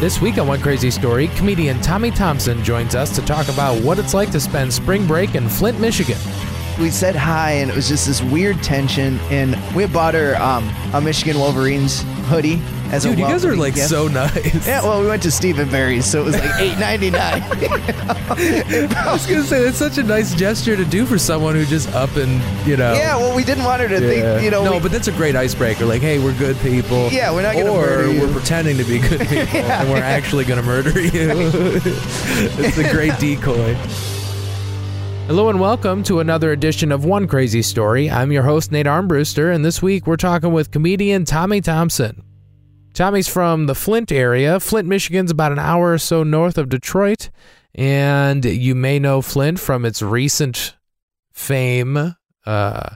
This week on One Crazy Story, comedian Tommy Thompson joins us to talk about what it's like to spend spring break in Flint, Michigan. we said hi and it was just this weird tension and we had bought her um, a michigan wolverines hoodie as a Dude, you guys are welcoming like gift. so nice. yeah well we went to stephen barry's so it was like 8.99 I was gonna say that's such a nice gesture to do for someone who just up and you know. yeah well we didn't want her to Yeah. think you know no, we- but that's a great icebreaker. Like, hey, we're good people. Yeah, we're not gonna or murder you. we're pretending to be good people, and we're actually gonna murder you. it's a great decoy. Hello and welcome to another edition of One Crazy Story. I'm your host Nate Armbruster, and this week we're talking with comedian Tommy Thompson. Tommy's from the Flint area. Flint, Michigan's about an hour or so north of Detroit, and you may know Flint from its recent fame. Uh,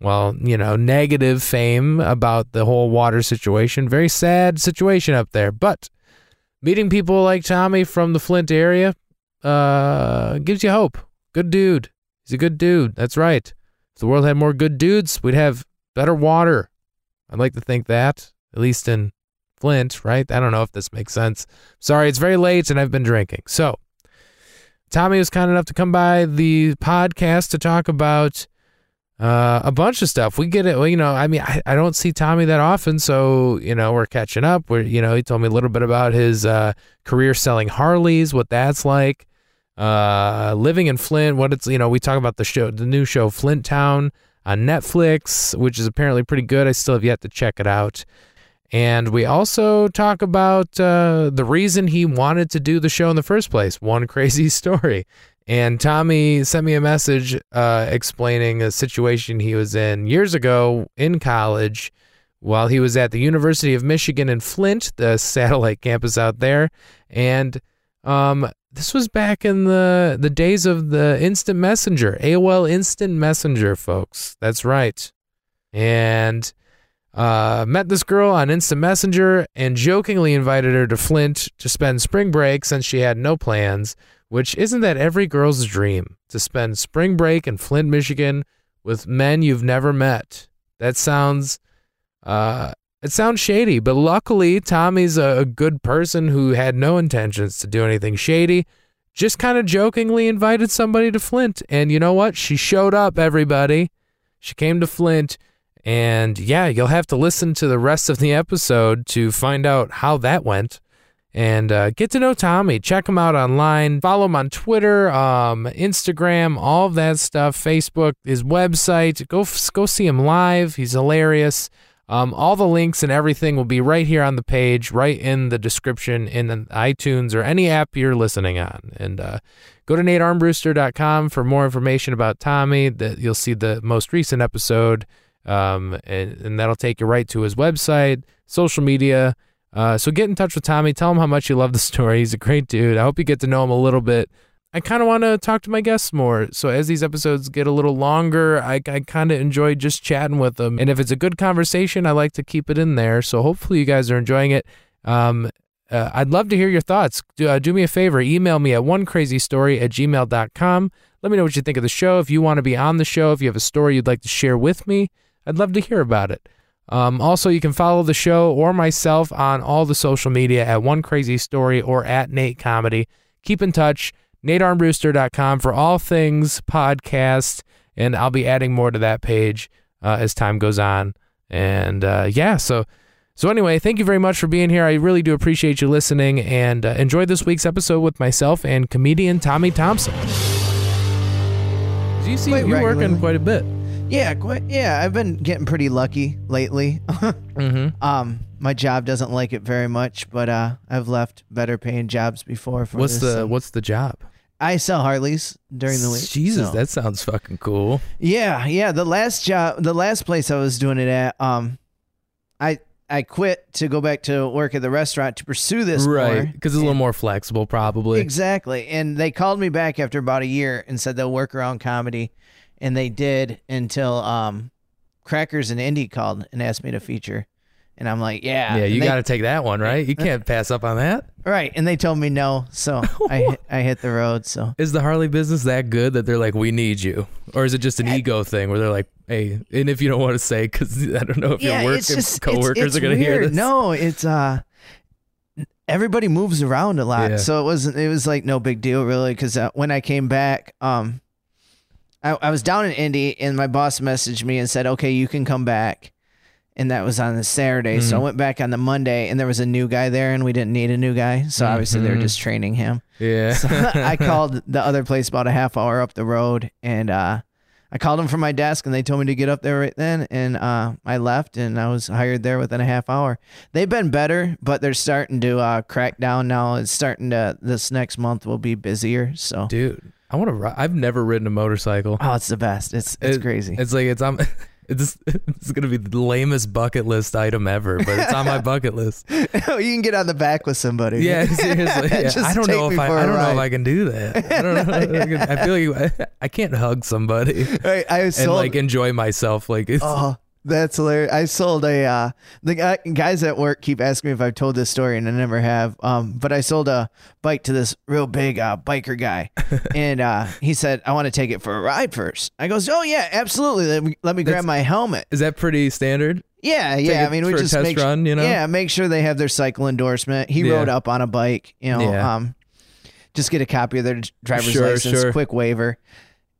well, you know, negative fame about the whole water situation. Very sad situation up there. But meeting people like Tommy from the Flint area uh, gives you hope. Good dude. He's a good dude. That's right. If the world had more good dudes, we'd have better water. I'd like to think that, at least in Flint, right? I don't know if this makes sense. Sorry, it's very late and I've been drinking. So, Tommy was kind enough to come by the podcast to talk about uh, a bunch of stuff. We get it. Well, you know, I mean, I, I don't see Tommy that often, so you know, we're catching up. We're, you know, he told me a little bit about his uh, career selling Harleys, what that's like, uh, living in Flint, what it's. You know, we talk about the show, the new show Flint Town on Netflix, which is apparently pretty good. I still have yet to check it out. And we also talk about uh, the reason he wanted to do the show in the first place. One crazy story. And Tommy sent me a message uh, explaining a situation he was in years ago in college while he was at the University of Michigan in Flint, the satellite campus out there. And um, this was back in the, the days of the instant messenger, AOL instant messenger, folks. That's right. And uh, met this girl on Instant Messenger and jokingly invited her to Flint to spend spring break since she had no plans, which isn't that every girl's dream to spend spring break in Flint, Michigan with men you've never met. That sounds, uh, it sounds shady, but luckily Tommy's a, a good person who had no intentions to do anything shady. Just kind of jokingly invited somebody to Flint. And you know what? She showed up, everybody. She came to Flint, and yeah, you'll have to listen to the rest of the episode to find out how that went and uh, get to know Tommy. Check him out online. Follow him on Twitter, um, Instagram, all of that stuff. Facebook, his website. Go f- go see him live. He's hilarious. Um, all the links and everything will be right here on the page, right in the description in the iTunes or any app you're listening on. And uh, go to natearmbruster.com for more information about Tommy. That you'll see the most recent episode, um, and, and that'll take you right to his website, social media. Uh, so get in touch with Tommy. Tell him how much you love the story. He's a great dude. I hope you get to know him a little bit. I kind of want to talk to my guests more. So as these episodes get a little longer, I, I kind of enjoy just chatting with them. And if it's a good conversation, I like to keep it in there. So hopefully you guys are enjoying it. Um, uh, I'd love to hear your thoughts. Do, uh, do me a favor. Email me at onecrazystory at gmail.com. Let me know what you think of the show. If you want to be on the show, if you have a story you'd like to share with me, I'd love to hear about it. Um, also, you can follow the show or myself on all the social media at One Crazy Story or at Nate Comedy. Keep in touch, natearmbruster.com for all things podcast, and I'll be adding more to that page uh, as time goes on. And uh, yeah, so so anyway, thank you very much for being here. I really do appreciate you listening, and uh, enjoy this week's episode with myself and comedian Tommy Thompson. You see, Quite you're working regularly. quite a bit. yeah quite, yeah i've been getting pretty lucky lately Mm-hmm. um my job doesn't like it very much but uh i've left better paying jobs before for What's this, the um, What's the job? i sell harleys during the week Jesus, so- that sounds fucking cool. Yeah, yeah. The last job, the last place I was doing it at, um, I I quit to go back to work at the restaurant to pursue this more. Right, because it's a little more flexible, probably. Exactly. And they called me back after about a year and said they'll work around comedy, and they did until um, Crackers and Indy called and asked me to feature, and I'm like, yeah, yeah, And you they- got to take that one, right? You can't pass up on that. right. And they told me no, so I hit- I hit the road. So Is the Harley business that good that they're like, we need you, or is it just an ego thing where they're like, hey, and if you don't want to say, because I don't know if your work it's just- it's- coworkers it's are gonna hear weird. this. No, it's uh, everybody moves around a lot, Yeah. so it wasn't. It was like no big deal really, because uh, when I came back, um, I, I was down in Indy, and my boss messaged me and said, "Okay, you can come back." And that was on the Saturday, so I Mhm. went back on the Monday, and there was a new guy there, and we didn't need a new guy, so obviously they were Mhm. just training him. Yeah. So I called the other place about a half hour up the road, and uh, I called them from my desk, and they told me to get up there right then, and uh, I left, and I was hired there within a half hour. They've been better, but they're starting to uh, crack down now. It's starting to this next month will be busier, so Dude, I want to ride. I've never ridden a motorcycle. oh, it's the best. It's it's It- crazy. It's like it's I'm it's it's going to be the lamest bucket list item ever, but it's on my bucket list. you can get on the back with somebody. Yeah, seriously. yeah. Just I don't take know me if I, for a I don't know if ride. I can do that. I don't know. I feel like I, I can't hug somebody Right, I and sold. like enjoy myself like it's Oh, that's hilarious. I sold a uh, the guy, guys at work keep asking me if I've told this story and I never have. Um, but I sold a bike to this real big uh, biker guy, and uh, he said I want to take it for a ride first. I goes, oh yeah, absolutely. Let me, let me grab That's- my helmet. is that pretty standard? Yeah, yeah. it I mean, we for a just test make su- run, you know? Yeah, make sure they have their cycle endorsement. He Yeah. rode up on a bike, you know. Yeah. Um, just get a copy of their driver's Sure, license, sure. quick waiver.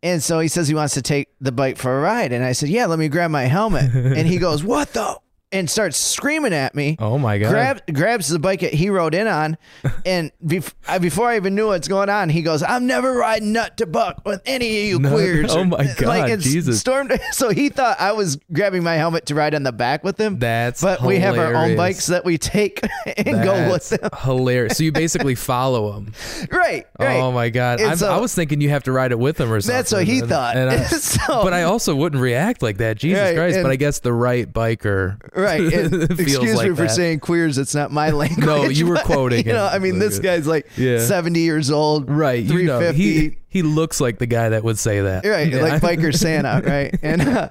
And so he says he wants to take the bike for a ride, and I said, "Yeah, let me grab my helmet." and he goes, "What the?" and starts screaming at me. Oh my god. Grab, grabs the bike that he rode in on, and bef- I, before I even knew what's going on, he goes, "I'm never riding nut to buck with any of you No. queers." Oh, my God, it's Jesus. Stormed. So he thought I was grabbing my helmet to ride on the back with him. That's but we have our own hilarious. bikes that we take and go That's with them. Hilarious. So you basically follow him. Right, right. Oh my god! And I'm, so- I was thinking you have to ride it with him or something. That's what he And- thought. and I- so, but I also wouldn't react like that. Jesus Right, Christ! and- But I guess the right biker. right. and feels excuse like me for that. saying queers. It's not my language. you were but, quoting You know, him. I mean, this guy's like Yeah. seventy years old. Right, you know, he 350. he looks like the guy that would say that. Right, Yeah. like biker Santa, right? And uh,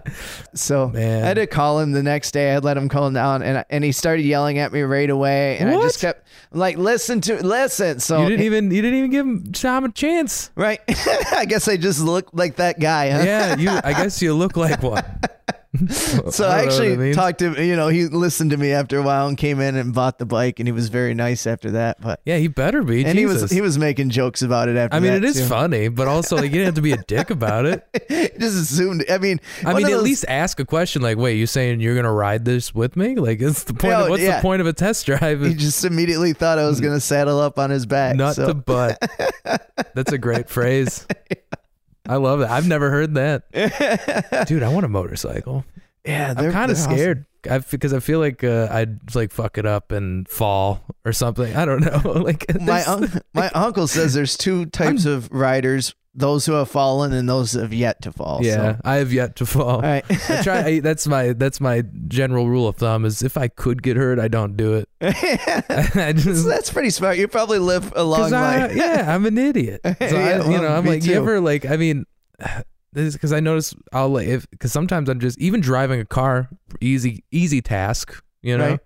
so Man. I had to call him the next day. I let him call down, and and he started yelling at me right away. And I just kept like, listen to listen. So you didn't even you didn't even give him Tom a chance. right, I guess I just look like that guy. Huh? Yeah, you. I guess you look like one. So I I, don't know what actually it means. talked to him. You know, he listened to me after a while and came in and bought the bike, and he was very nice after that. But Yeah, he better be. and Jesus. he was he was making jokes about it after. I mean, that, it is too. funny, but also like you didn't have to be a dick about it. just assumed. I mean, I one mean, of at those- least ask a question like, "Wait, you saying you're gonna ride this with me? Like, it's the point. No, of, what's yeah. the point of a test drive? he just immediately thought I was gonna saddle up on his back. Nut so. Mm. to butt. That's a great phrase. I love that. I've never heard that, dude. I want a motorcycle. yeah, I'm they're- kind they're of awesome. scared. I because I feel like uh, I'd like fuck it up and fall or something. I don't know. Like My there's- un- my uncle says there's two types of riders: those who have fallen and those who have yet to fall. so- yeah, I have yet to fall. All right. I try. I, that's my that's my general rule of thumb is if I could get hurt, I don't do it. I just That's pretty smart. You probably live a long Because I, life. yeah, I'm an idiot. So I, Yeah, you know, well, I'm me like, you too. ever like, I mean, this because I notice I'll like, if because sometimes I'm just even driving a car, easy easy task, you know. Right.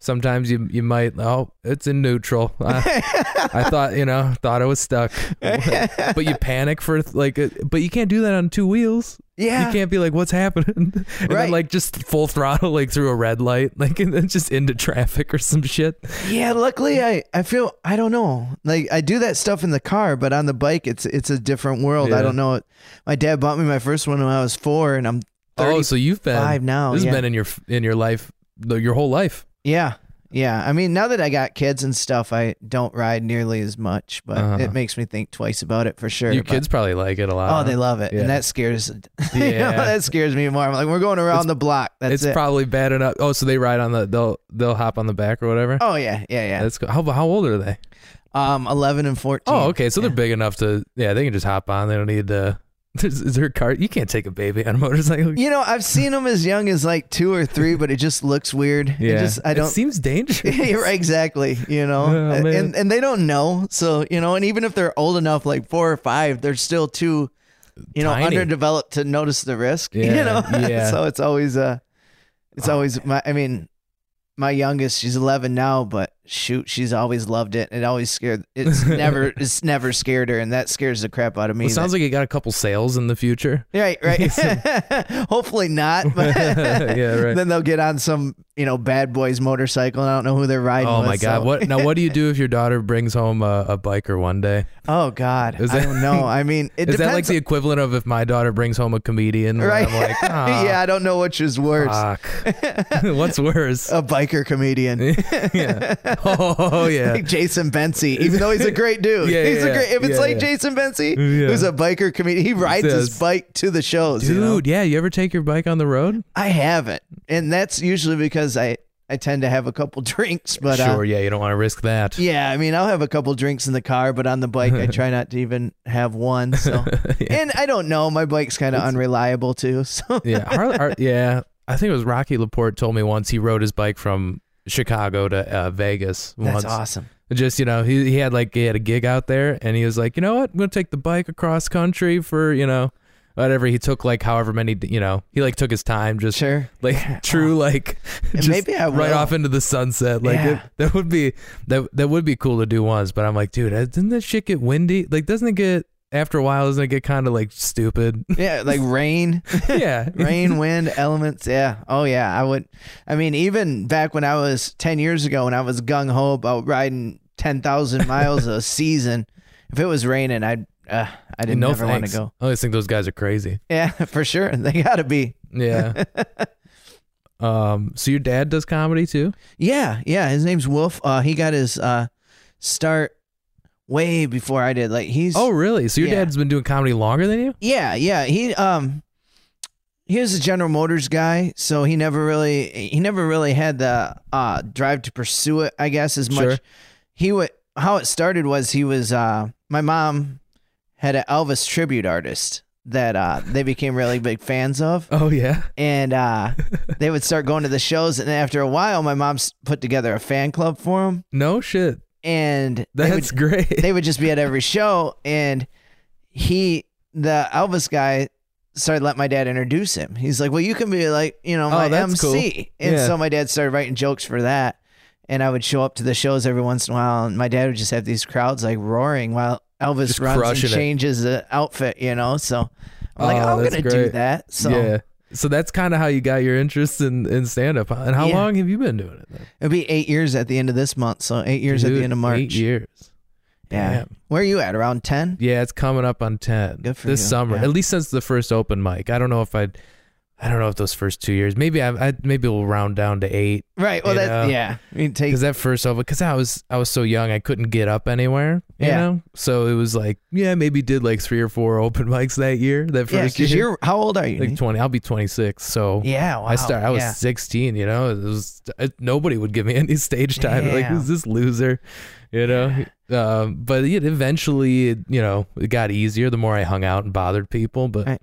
Sometimes you you might oh it's in neutral. I, I thought you know thought I was stuck, but you panic for like uh, but you can't do that on two wheels. Yeah. You can't be like what's happening, and Right. then like just full throttle like through a red light, like and then just into traffic or some shit. Yeah, luckily I, I feel I don't know. Like I do that stuff in the car, but on the bike it's it's a different world. I Yeah. don't know. My dad bought me my first one when I was 4 and I'm 30. Oh, so you've been five now, This Oh, yeah. has been in your in your life, the- your whole life. Yeah. Yeah. I mean, now that I got kids and stuff, I don't ride nearly as much, but Uh-huh. it makes me think twice about it for sure. Your but- kids probably like it a lot. Oh, they love it. yeah. And that scares you know, Yeah. that scares me more. I'm like, we're going around the block. That's it's it. probably bad enough. Oh, so they ride on the they'll they'll hop on the back or whatever. oh yeah, yeah, That's cool. how how old are they? yeah. Um eleven and fourteen. Oh, okay, so they're big enough to yeah they can just hop on. They don't need to. Is, is there a car? You can't take a baby on a motorcycle. You know, I've seen them as young as like two or three, but it just looks weird. It just I It don't seems dangerous. Yeah, right, exactly. You know, Oh, A- man. and and they don't know. So you know, and even if they're old enough, like four or five, they're still too, you know, Tiny. underdeveloped to notice the risk. you Yeah, know, yeah. Oh, so it's always uh, it's always my. I mean, my youngest, she's eleven now, but shoot, she's always loved it. It always scared. It's never. It's never scared her, and that scares the crap out of me. Well, sounds like you got a couple sales in the future. Right, right. Hopefully not. But Yeah, right. Then they'll get on some, you know, bad boys motorcycle, and I don't know who they're riding. Oh with, my god! so- What now? What do you do if your daughter brings home a, a biker one day? Oh God, Is I that- don't know. I mean, it Is depends. that like the equivalent of if my daughter brings home a comedian? where right? I'm like, "Ah, yeah, I don't know which is worse. fuck. What's worse? a biker comedian. yeah. Oh yeah. Like Jason Bensi, even though he's a great dude. Yeah, he's yeah, a great if it's yeah, like yeah. Jason Bensi, Yeah. who's a biker comedian, he rides Yes. his bike to the shows. Dude, you know? yeah. You ever take your bike on the road? I haven't. And that's usually because I I tend to have a couple drinks, but uh, sure. Yeah. You don't want to risk that. yeah, I mean, I'll have a couple drinks in the car, but on the bike, I try not to even have one. So, and I don't know, my bike's kind of unreliable too. So, yeah, Harley, Har- yeah. I think it was Rocky Laporte told me once he rode his bike from Chicago to uh, Vegas that's once. awesome. Just you know, he he had like he had a gig out there, and he was like, you know what, I'm gonna take the bike across country for you know whatever. He took like however many you know he like took his time just. Sure. Uh, Like true, like just maybe I Uh, right will. off into the sunset. Like Yeah. it, that would be that that would be cool to do once. But I'm like, dude, uh, doesn't that shit get windy? Like, doesn't it get after a while? Doesn't it get kind of like stupid? Yeah, like rain. yeah, rain, wind, elements. Yeah. Oh yeah. I would. I mean, even back when I was ten years ago, when I was gung ho about riding ten thousand miles a season, if it was raining, I'd uh, I didn't no ever want to thanks. go. I always think those guys are crazy. Yeah, for sure. They gotta be. Yeah. um. So your dad does comedy too? Yeah, yeah. His name's Wolf. Uh, he got his uh start way before I did. Like he's. Oh, really? So your Yeah. dad's been doing comedy longer than you? Yeah, yeah. He um he was a General Motors guy, so he never really he never really had the uh drive to pursue it, I guess, as much. Sure. He would how it started was he was uh my mom had an Elvis tribute artist that uh they became really big fans of Oh, yeah. and uh they would start going to the shows and after a while my mom s- put together a fan club for him No shit. and they would That's great. they would just be at every show and he the Elvis guy started letting my dad introduce him. He's like, Well you can be like, you know, Oh, my that's MC and Yeah. so my dad started writing jokes for that. And I would show up to the shows every once in a while and my dad would just have these crowds like roaring while Elvis Just runs crushing and it. changes the outfit, you know. So I'm like, Oh, I'm that's gonna do great. that. So Yeah. So that's kind of how you got your interest in in stand up. And how Yeah. long have you been doing it? Then? it'll be eight years at the end of this month. So eight years at Dude, the end of March. Eight years. Yeah. Damn. Where are you at? Around ten? Yeah, it's coming up on ten Good for this you. summer. Yeah. At least since the first open mic. I don't know if I'd. I don't know if those first two years. Maybe I, I maybe we'll round down to eight. Right. Well You that know. yeah. I mean, take because that first open because I was I was so young I couldn't get up anywhere you Yeah. know so it was like yeah maybe did like three or four open mics that year that yeah, first because year you're how old are you? like Nick? twenty I'll be twenty six so Yeah, wow. I start I was Yeah. sixteen you know it was it, nobody would give me any stage time like Damn. who's this loser you know um, but it eventually it, you know it got easier the more I hung out and bothered people but Right.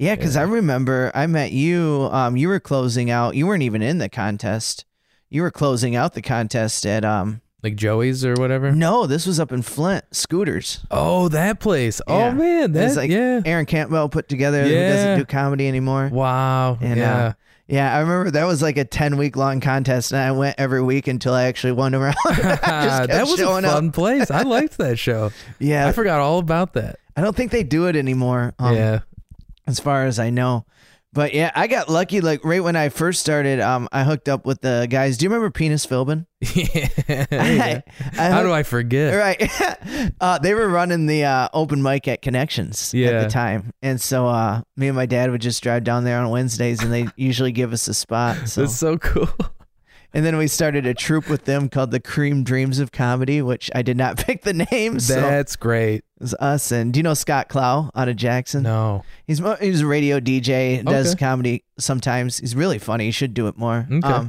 Yeah, because I remember I met you. Um, you were closing out. You weren't even in the contest. You were closing out the contest at um. like Joey's or whatever No, this was up in Flint. Scooters. oh that place oh Yeah. man It was that's like yeah Aaron Cantwell put together. Who Yeah. doesn't do comedy anymore? wow And, uh, yeah. Yeah, I remember that was like a ten week long contest, and I went every week until I actually won a round. I just kept Ah, that was a showing fun Up. place. I liked that show. Yeah, I forgot all about that. I don't think they do it anymore. Um, yeah. as far as I know. But yeah, I got lucky. Like right when I first started, um, I hooked up with the guys. Do you remember Penis Philbin? yeah. How do I forget? Uh, Right. uh, they were running the uh, open mic at Connections at Yeah. the time, and so uh, me and my dad would just drive down there on Wednesdays, and they usually give us a spot. So. That's so cool. And then we started a troupe with them called the Cream Dreams of Comedy, which I did not pick the name. so it That's great. was us and do you know Scott Clow out of Jackson? No. He's mo- he's a radio DJ, does Okay. comedy sometimes. He's really funny. He should do it more. Um, Okay.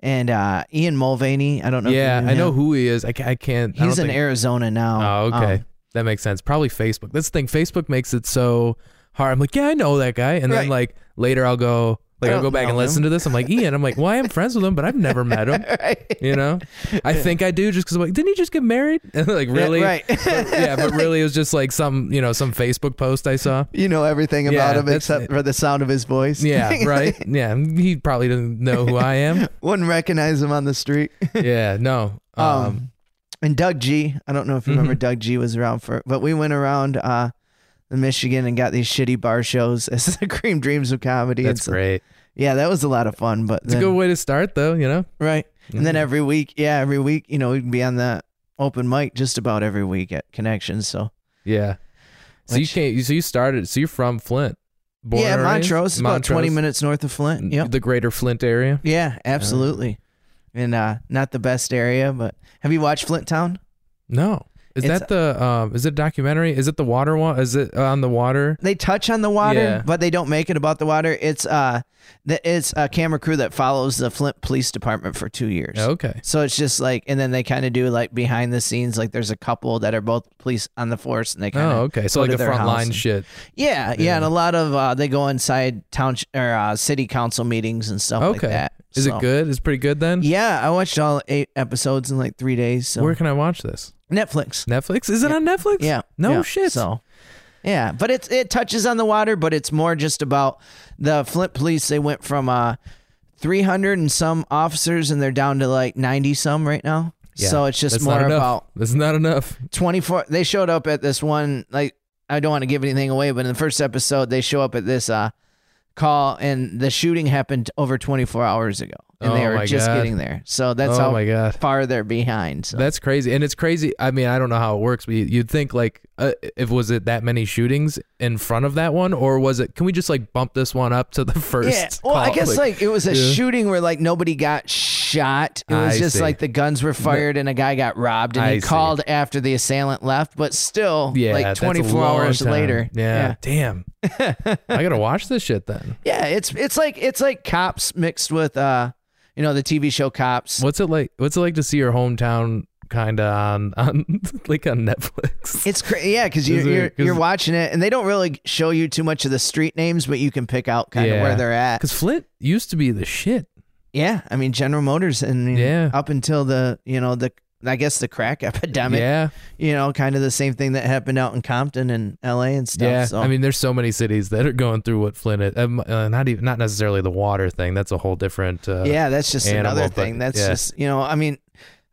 and uh, Ian Mulvaney, I don't know. if you Yeah, knew I know him. who he is. I, ca- I can't. I He's don't in think- Arizona now. Oh, okay. Um, that makes sense. Probably Facebook. That's the thing. Facebook makes it so hard. I'm like, yeah, I know that guy, and then Right. like later I'll go. Like I I'll go don't back know and listen to this. I'm like Ian. I'm like, well, I am friends with him, but I've never met him. right. You know, I think I do just because I'm like, didn't he just get married? like really? Right. yeah, but really, it was just like some you know some Facebook post I saw. you know everything Yeah, about him that's except it. for the sound of his voice. Yeah, right. Yeah, he probably doesn't know who I am. Wouldn't recognize him on the street. Yeah, no. Um, mm-hmm. Um, and Doug G. I don't know if you remember Doug G was around for, but we went around uh, the Michigan and got these shitty bar shows as the Cream Dreams of Comedy. and that's so- great. Yeah, that was a lot of fun. But It's a then- good mm-hmm. way to start, though. You know. right? And then every week, yeah, every week, you know, we'd be on the open mic just about every week at Connections. So Yeah. So you Which- can't. So you started. So you're from Flint. Born yeah, and raised? Montrose, is about twenty Montrose, minutes north of Flint. Yep. The greater Flint area. Yeah, absolutely. And uh, not the best area, but have you watched Flint Town? No. Is It's- that the um? Is it a documentary? Is it the water one? Is it on the water? They touch on the water, Yeah. but they don't make it about the water. It's uh, the, it's a camera crew that follows the Flint Police Department for two years. Oh, Okay. So it's just like, and then they kind of do like behind the scenes, like there's a couple that are both police on the force, and they kind of Oh, okay. So go like to the their front house line and- shit. Yeah, yeah, and a lot of uh, they go inside town or uh, city council meetings and stuff like Okay. that. Is So- it good? It's pretty good then. Yeah, I watched all eight episodes in like three days. So Where can I watch this? Netflix. Netflix? Is it on Netflix? Yeah. No yeah, shit. So yeah, but it's it touches on the water, but it's more just about the Flint police. They went from uh, 300 and some officers, and they're down to like 90 some right now. Yeah, So it's just That's more not enough. about That's not enough. 24 they showed up at this one like i don't want to give anything away but in the first episode they show up at this uh call and the shooting happened over 24 hours ago and they Oh, were my just God. getting there so that's oh how my god. far they're behind so. That's crazy, and it's crazy. I mean, I don't know how it works, but you- you'd think like, uh, if was it that many shootings in front of that one, or was it? Can we just like bump this one up to the first? yeah well i call? guess like, it was a Yeah. shooting where like nobody got shot it was I just see. like the guns were fired and a guy got robbed and I he see. called after the assailant left but still yeah, like that's a 24 long hours time. later Yeah, damn. I gotta watch this shit then. yeah it's it's like it's like cops mixed with uh you know the tv show cops What's it like? What's it like to see your hometown kind of on on like on Netflix? It's crazy, yeah, because you're, Is it- you're 'cause- you're watching it, and they don't really show you too much of the street names, but you can pick out kind of Yeah. where they're at. Because Flint used to be the shit. Yeah, I mean General Motors, and I mean, Yeah. up until the you know the I guess the crack epidemic, yeah, you know, kind of the same thing that happened out in Compton and L.A. and stuff. yeah. so. I mean, there's so many cities that are going through what Flint. Is. Um, uh, not even not necessarily the water thing. That's a whole different. Uh, yeah, that's just animal, another but- thing. That's yeah. just you know, I mean,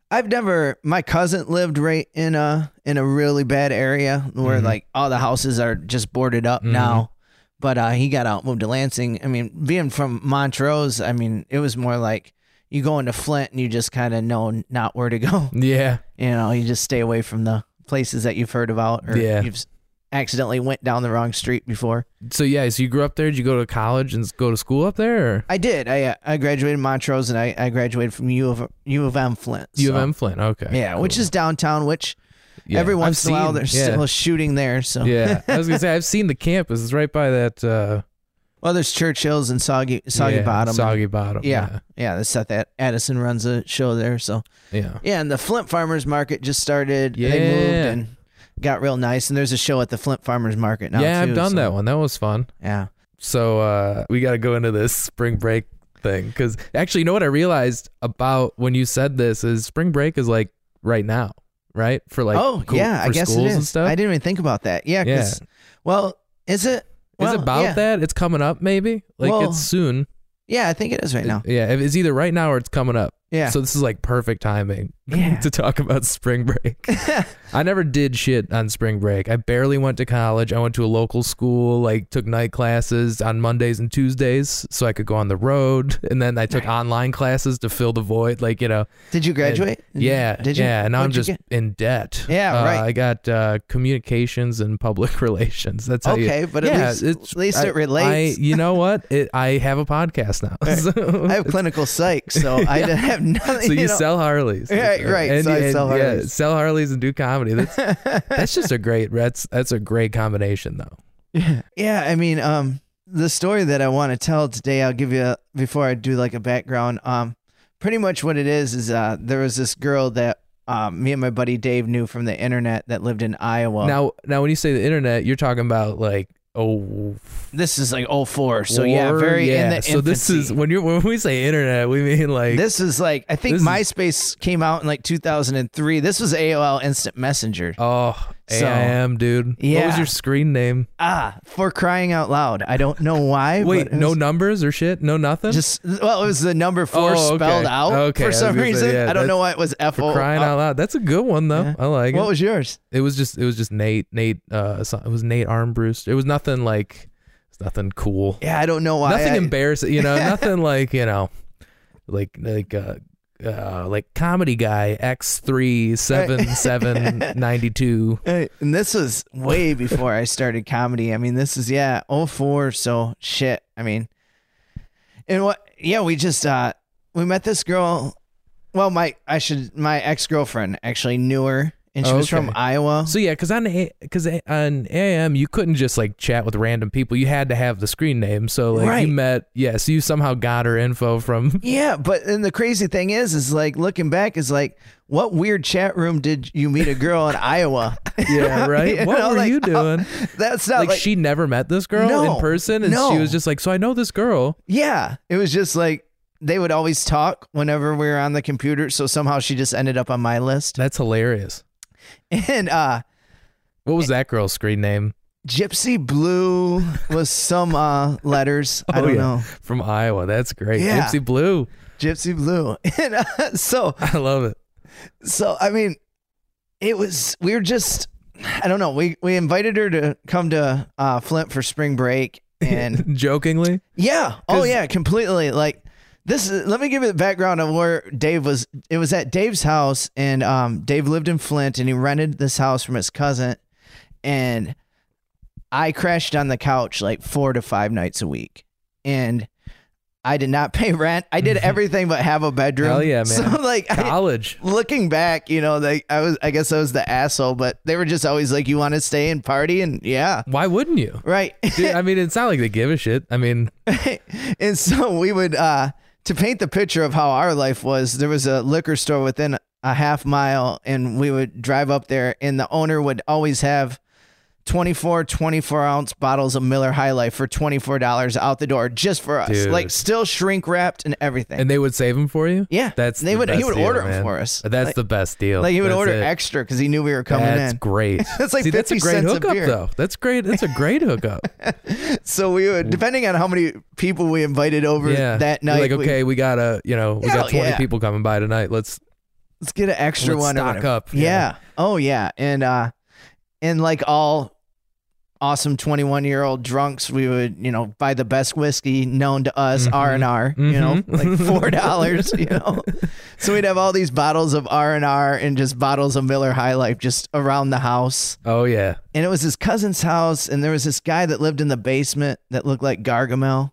I've never. My cousin lived right in a in a really bad area where Mm-hmm. like all the houses are just boarded up now. But uh, he got out, moved to Lansing. I mean, being from Montrose, I mean, it was more like you go into Flint and you just kind of know not where to go. Yeah. You know, you just stay away from the places that you've heard about or Yeah. you've s- accidentally went down the wrong street before. So yeah, so you grew up there. Did you go to college and s- go to school up there? Or? I did. I uh, I graduated in Montrose and I, I graduated from U of U of M Flint. U of so- M Flint. Okay. Yeah, which is downtown, which Yeah. every I've once in a while seen- they're yeah. still shooting there. So yeah, I was gonna say I've seen the campus. It's right by that uh, well, there's Churchill's and Soggy Soggy yeah, Bottom. Soggy Bottom. Yeah, yeah. The Seth Ad- Addison runs a show there. So yeah, yeah. yeah, and the Flint Farmers Market just started. They Yeah. moved and got real nice. And there's a show at the Flint Farmers Market now. Yeah, too, I've done so- that one. That was fun. Yeah. So uh, we got to go into this spring break thing because actually, you know what I realized about when you said this is spring break is like right now, right? For like oh cool- yeah, I for guess it schools is. and stuff. I didn't even think about that. Yeah. 'cause- Well, is it? It's well, about yeah. that. It's coming up maybe. Like Well, it's soon. Yeah, I think it is right now. Yeah, it- it's either right now or it's coming up. Yeah. So this is like perfect timing Yeah. to talk about spring break. I never did shit on spring break. I barely went to college. I went to a local school, like took night classes on Mondays and Tuesdays so I could go on the road. And then I took online classes to fill the void. Like, you know, Did you graduate? yeah. Did you? Yeah. And now I'm What'd you just get? in debt. Yeah, Uh, right. I got uh, communications and public relations. That's how you. Okay, but at Yeah, least, it's- at least I- it relates. I, you know what? It, I have a podcast now. So- I have clinical psych, so I don't have nothing. so you, know. sell Harleys, Right, right. And, So I and- sell yeah, Harleys. sell Harleys and do comedy. That's that's just a great. That's that's a great combination, though. Yeah, I mean, um, the story that I want to tell today, I'll give you a, before I do like a background. Um, pretty much what it is is uh, there was this girl that um, me and my buddy Dave knew from the internet that lived in Iowa. Now, now when you say the internet, you're talking about like oh This is like 04, so yeah, four, very in the so this is infancy. when you when we say internet, we mean like This is like I think This is- MySpace came out in like 2003. This was AOL Instant Messenger. oh So- AIM, dude. What was Yeah. your screen name? Ah, for crying out loud! I don't know why. Wait, but it no was numbers or shit, no nothing. Just well, it was the number four Oh, okay. spelled out Okay, I for was some gonna say, reason. yeah, I that's- don't know why it was F O. crying out loud. That's a good one though. uh, Yeah. I like it. What was yours? it was just it was just Nate Nate uh so- it was Nate Armbruster. It was nothing like it's nothing cool. Yeah, I don't know why. nothing I- embarrassing, you know, nothing like, you know, like like uh uh, like comedy guy X three seven seven ninety two. Uh, and this was way before I started comedy. I mean, this is yeah, 04, so shit. I mean, and what? Yeah, we just uh we met this girl. Well, my I should my ex girlfriend actually knew her, and she was from Okay. Iowa. So yeah, because on because on AM you couldn't just like chat with random people. You had to have the screen name. So like Right. you met yeah. So you somehow got her info from Yeah, but and the crazy thing is, is like looking back, is like, what weird chat room did you meet a girl in Iowa? yeah right. You what know, were like, you doing? That's not like, like, she never met this girl No, in person, and she no. was just like, so I know this girl. yeah, it was just like they would always talk whenever we were on the computer. So somehow she just ended up on my list, That's hilarious. and uh, What Eh. was that girl's screen name Gypsy Blue was some uh letters. I Oh, don't yeah. know, from Iowa? That's great. Yeah. Gypsy Blue. Gypsy Blue, and uh, so I love it. So I mean, it was we were just I don't know. We we invited her to come to uh, Flint for spring break, and Jokingly, yeah, oh 'Cause- yeah, completely. Like this is. Let me give you the background of where Dave was. It was at Dave's house, and um, Dave lived in Flint, and he rented this house from his cousin, and I crashed on the couch like four to five nights a week, and. I did not pay rent. I did everything but have a bedroom. Hell yeah, man. So like, I, college. looking back, you know, like I was, I guess I was the asshole, but they were just always like, "You want to stay and party?" And yeah, Why wouldn't you? right. Dude, I mean, it's not like they give a shit. I mean, and so we would, uh, to paint the picture of how our life was, there was a liquor store within a half mile, and we would drive up there, and the owner would always have. 24 24 ounce bottles of Miller High Life for $24 out the door just for us. Dude. Like still shrink wrapped and everything. and they would save them for you. yeah. That's they the would he best would deal, order man. them for us. That's like, the best deal. like he would That's order it. extra cuz he knew we were coming That's in. great. That's like See, that's a 50 great cents a hookup, beer. though. That's great. That's a great hookup. So we would, depending on how many people we invited over yeah. that You're night, like we- okay, we got a you know we Hell got twenty yeah. people coming by tonight. Let's let's get an extra Let's one. or stock whatever. up, Yeah. yeah. Oh yeah. And uh, and like all awesome twenty-one-year-old drunks, we would you know buy the best whiskey known to us, Mhm. R and R. You know, like Mhm. four dollars. you know, so we'd have all these bottles of R and R and just bottles of Miller High Life just around the house. oh yeah. And it was his cousin's house, and there was this guy that lived in the basement that looked like Gargamel.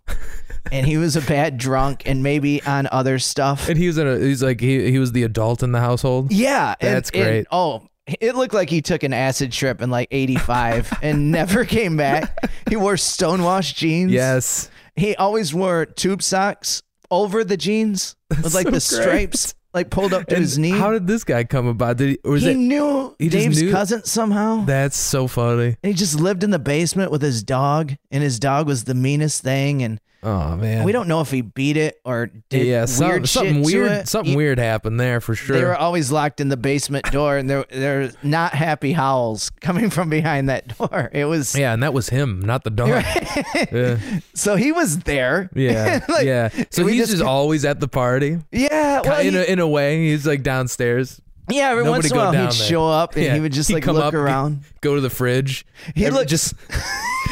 And he was a bad drunk and maybe on other stuff. And he was in a, he's like he he was the adult in the household. Yeah, and- That's and- great. oh, it looked like he took an acid trip in like '85 and never came back. He wore stonewashed jeans. Yes. he always wore tube socks over the jeans with like so the great. stripes like pulled up to And his knee. How did this guy come about? Did he, or was he it? knew he just Dave's knew- cousin somehow. That's so funny. and he just lived in the basement with his dog, and his dog was the meanest thing. And Oh man. we don't know if he beat it or did yeah, weird some- shit something to weird. it. Something You- weird happened there for They were sure. always locked in the basement door, and there there were not happy howls coming from behind that door. It was Yeah, and that was him, not the dog. yeah, so he was there. yeah, Like, yeah. So we he's just- just, always at the party. Yeah, well, in, he- a, in a way, he's like downstairs. yeah. Every nobody once go in a while, he'd down there. show up and Yeah, he would just he'd like come look up, he'd- around. Go to the fridge. He Every- looked- just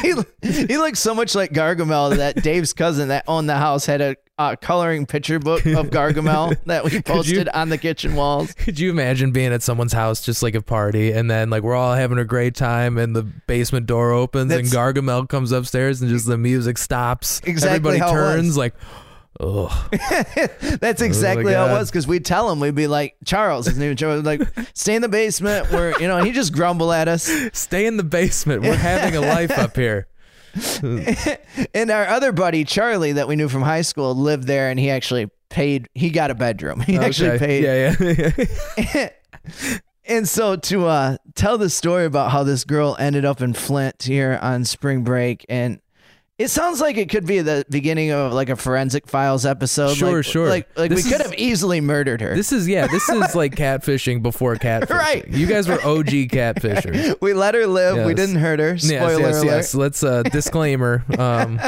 He, he looked so much like Gargamel that Dave's cousin that owned the house had a uh, coloring picture book of Gargamel that we posted on the kitchen walls. Could you imagine being at someone's house, just like a party, and then like we're all having a great time, and the basement door opens, and That's- Gargamel comes upstairs, and just the music stops. Exactly Everybody how it was. turns like, oh, That's exactly how it God. was because we'd tell him we'd be like Charles, his name Charles, like stay in the basement where you know and he'd just grumble at us. stay in the basement. We're having a life up here. And our other buddy Charlie that we knew from high school lived there, and he actually paid. He got a bedroom. He actually Okay. paid. Yeah, yeah. and so to uh, tell the story about how this girl ended up in Flint here on spring break, and it sounds like it could be the beginning of like a Forensic Files episode. Sure, like, sure. Like, like we This could is- have easily murdered her. This is yeah. This is like catfishing before catfishing. Right. You guys were OG catfishers. we let her live. We Yes. didn't hurt her. Spoiler yes, yes, alert. yes. Let's uh, disclaimer. Um,